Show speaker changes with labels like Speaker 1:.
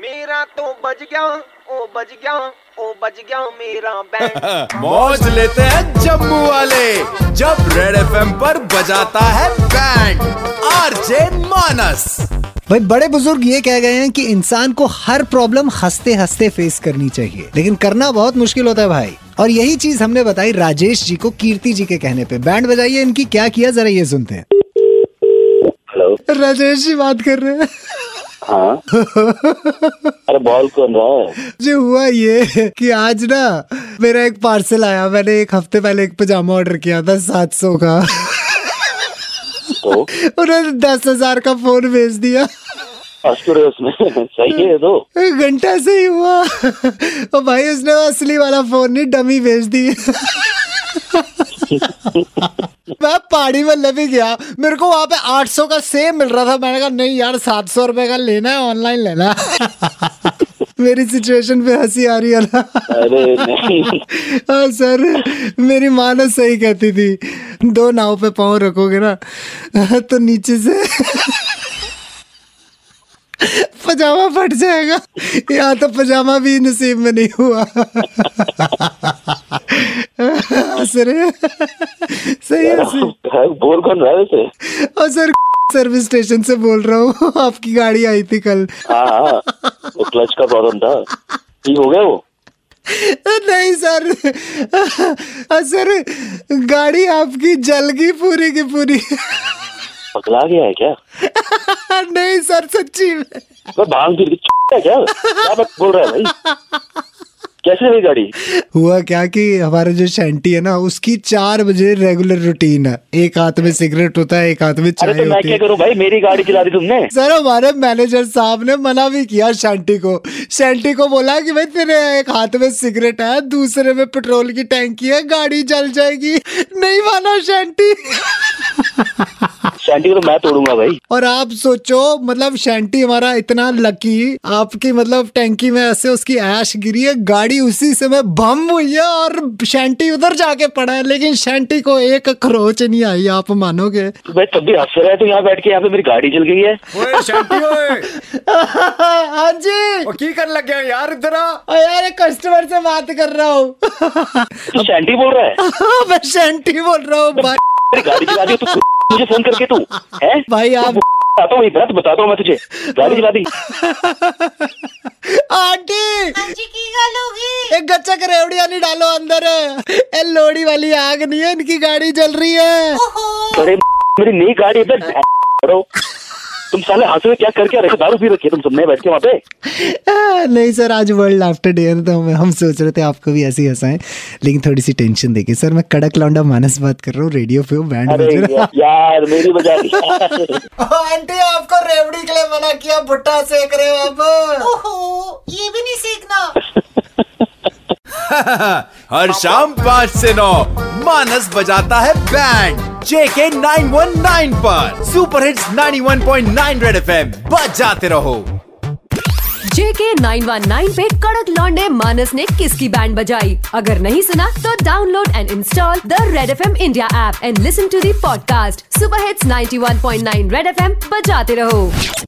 Speaker 1: मेरा तो बज गया ओ बज गया ओ बज गया मेरा बैंड
Speaker 2: मौज लेते हैं जम्मू वाले जब रेड एफ पर बजाता है बैंड आरजे मानस
Speaker 3: भाई बड़े बुजुर्ग ये कह गए हैं कि इंसान को हर प्रॉब्लम हंसते हंसते फेस करनी चाहिए लेकिन करना बहुत मुश्किल होता है भाई और यही चीज हमने बताई राजेश जी को कीर्ति जी के कहने पे बैंड बजाइए इनकी क्या किया जरा ये सुनते हैं
Speaker 4: हेलो
Speaker 3: राजेश जी बात कर रहे हैं
Speaker 4: हाँ अरे बॉल कौन रहा है
Speaker 3: जी हुआ ये कि आज ना मेरा एक पार्सल आया मैंने एक हफ्ते पहले एक पजामा ऑर्डर किया था सात सौ का
Speaker 4: तो
Speaker 3: उन्होंने दस हजार का फोन भेज दिया
Speaker 4: अस्कुर उसमें सही है तो
Speaker 3: घंटा से ही हुआ और भाई उसने वो असली वाला फोन नहीं डमी भेज दी मैं पहाड़ी में भी गया मेरे को वहाँ पे 800 का सेम मिल रहा था मैंने कहा नहीं यार 700 रुपए का लेना है ऑनलाइन लेना है।" मेरी सिचुएशन पे हंसी आ रही है ना
Speaker 4: अरे नहीं
Speaker 3: हाँ सर मेरी माँ ना सही कहती थी दो नाव पे पाँव रखोगे ना तो नीचे से पजामा फट जाएगा यहाँ तो पजामा भी नसीब में नहीं हुआ हाँ, सर सही है सही
Speaker 4: बोल कौन रहा है वैसे
Speaker 3: और सर सर्विस स्टेशन से बोल रहा हूँ आपकी गाड़ी आई थी कल
Speaker 4: हाँ हाँ वो क्लच का प्रॉब्लम था ठीक हो गया वो
Speaker 3: नहीं सर अ, सर गाड़ी आपकी जल गई पूरी की पूरी
Speaker 4: पकड़ा गया है क्या
Speaker 3: नहीं सर सच्ची में
Speaker 4: मैं भांग फिर है क्या क्या बात बोल रहा है भाई कैसे हुई गाड़ी
Speaker 3: हुआ क्या कि हमारा जो शैंटी है ना उसकी चार बजे रेगुलर रूटीन है एक हाथ में सिगरेट होता है एक हाथ में
Speaker 4: अरे
Speaker 3: चाय
Speaker 4: तो मैं
Speaker 3: होती
Speaker 4: क्या
Speaker 3: है
Speaker 4: करूँ भाई मेरी गाड़ी चला दी तुमने
Speaker 3: सर हमारे मैनेजर साहब ने मना भी किया शैंटी को शैंटी को बोला कि भाई तेरे एक हाथ में सिगरेट है दूसरे में पेट्रोल की टैंकी है गाड़ी जल जाएगी नहीं माना शैंटी
Speaker 4: शैंटी को तो मैं तोड़ूंगा भाई
Speaker 3: और आप सोचो मतलब शैंटी हमारा इतना लकी आपकी मतलब टैंकी में ऐसे उसकी ऐश गिरी है गाड़ी उसी समय बम हुई है और शैंटी उधर जाके पड़ा है लेकिन शैंटी को एक खरोच नहीं आई आप मानोगे
Speaker 4: तो भाई तब भी हंस रहे हो तो यहाँ बैठ के यहाँ पे मेरी गाड़ी चल गई है
Speaker 2: ओए शांति ओए
Speaker 3: हाँ जी
Speaker 2: ओ की कर लग गया यार इधर आ।
Speaker 3: और यार कस्टमर से बात कर रहा हूँ
Speaker 4: तो शैंटी बोल रहा है
Speaker 3: मैं शैंटी बोल रहा हूँ भाई
Speaker 4: मेरी गाड़ी चला दी तू मुझे फोन करके तू है
Speaker 3: भाई आप
Speaker 4: आता हूँ गलत बताता हूँ मैं तुझे गाड़ी चला दी
Speaker 3: आंटी
Speaker 5: हाँ जी की गल होगी
Speaker 3: एक गच्चा करेवड़ी वाली डालो अंदर ए लोड़ी वाली आग नहीं है इनकी गाड़ी जल रही है
Speaker 4: अरे मेरी नई गाड़ी इधर करो तुम साले हंस रहे हो, क्या करके रखे दारू पी रखी है तुम सबने बैठ के वहाँ पे
Speaker 3: आ, नहीं सर आज वर्ल्ड आफ्टर डे है तो हम हम सोच रहे थे आपको भी ऐसे ही हंसाएं लेकिन थोड़ी सी टेंशन देके सर मैं कड़क लौंडा मानस बात कर रहा हूँ रेडियो पे हूँ, बैंड
Speaker 4: अरे
Speaker 3: बज रहा
Speaker 4: या- यार मेरी बजा दी
Speaker 3: आंटी आपको रेवड़ी के लिए मना किया भुट्टा सेक रहे हो आप
Speaker 5: ओहो ये भी नहीं सीखना
Speaker 2: हर शाम पाँच से नौ मानस बजाता है बैंड जेके 919 पर सुपर हिट्स 91.9 रेड एफएम बजाते रहो
Speaker 6: जेके 919 पे कड़क लौंडे मानस ने किसकी बैंड बजाई अगर नहीं सुना तो download and install the red F M India app and listen to the podcast super hits 91.9 red F M बजाते रहो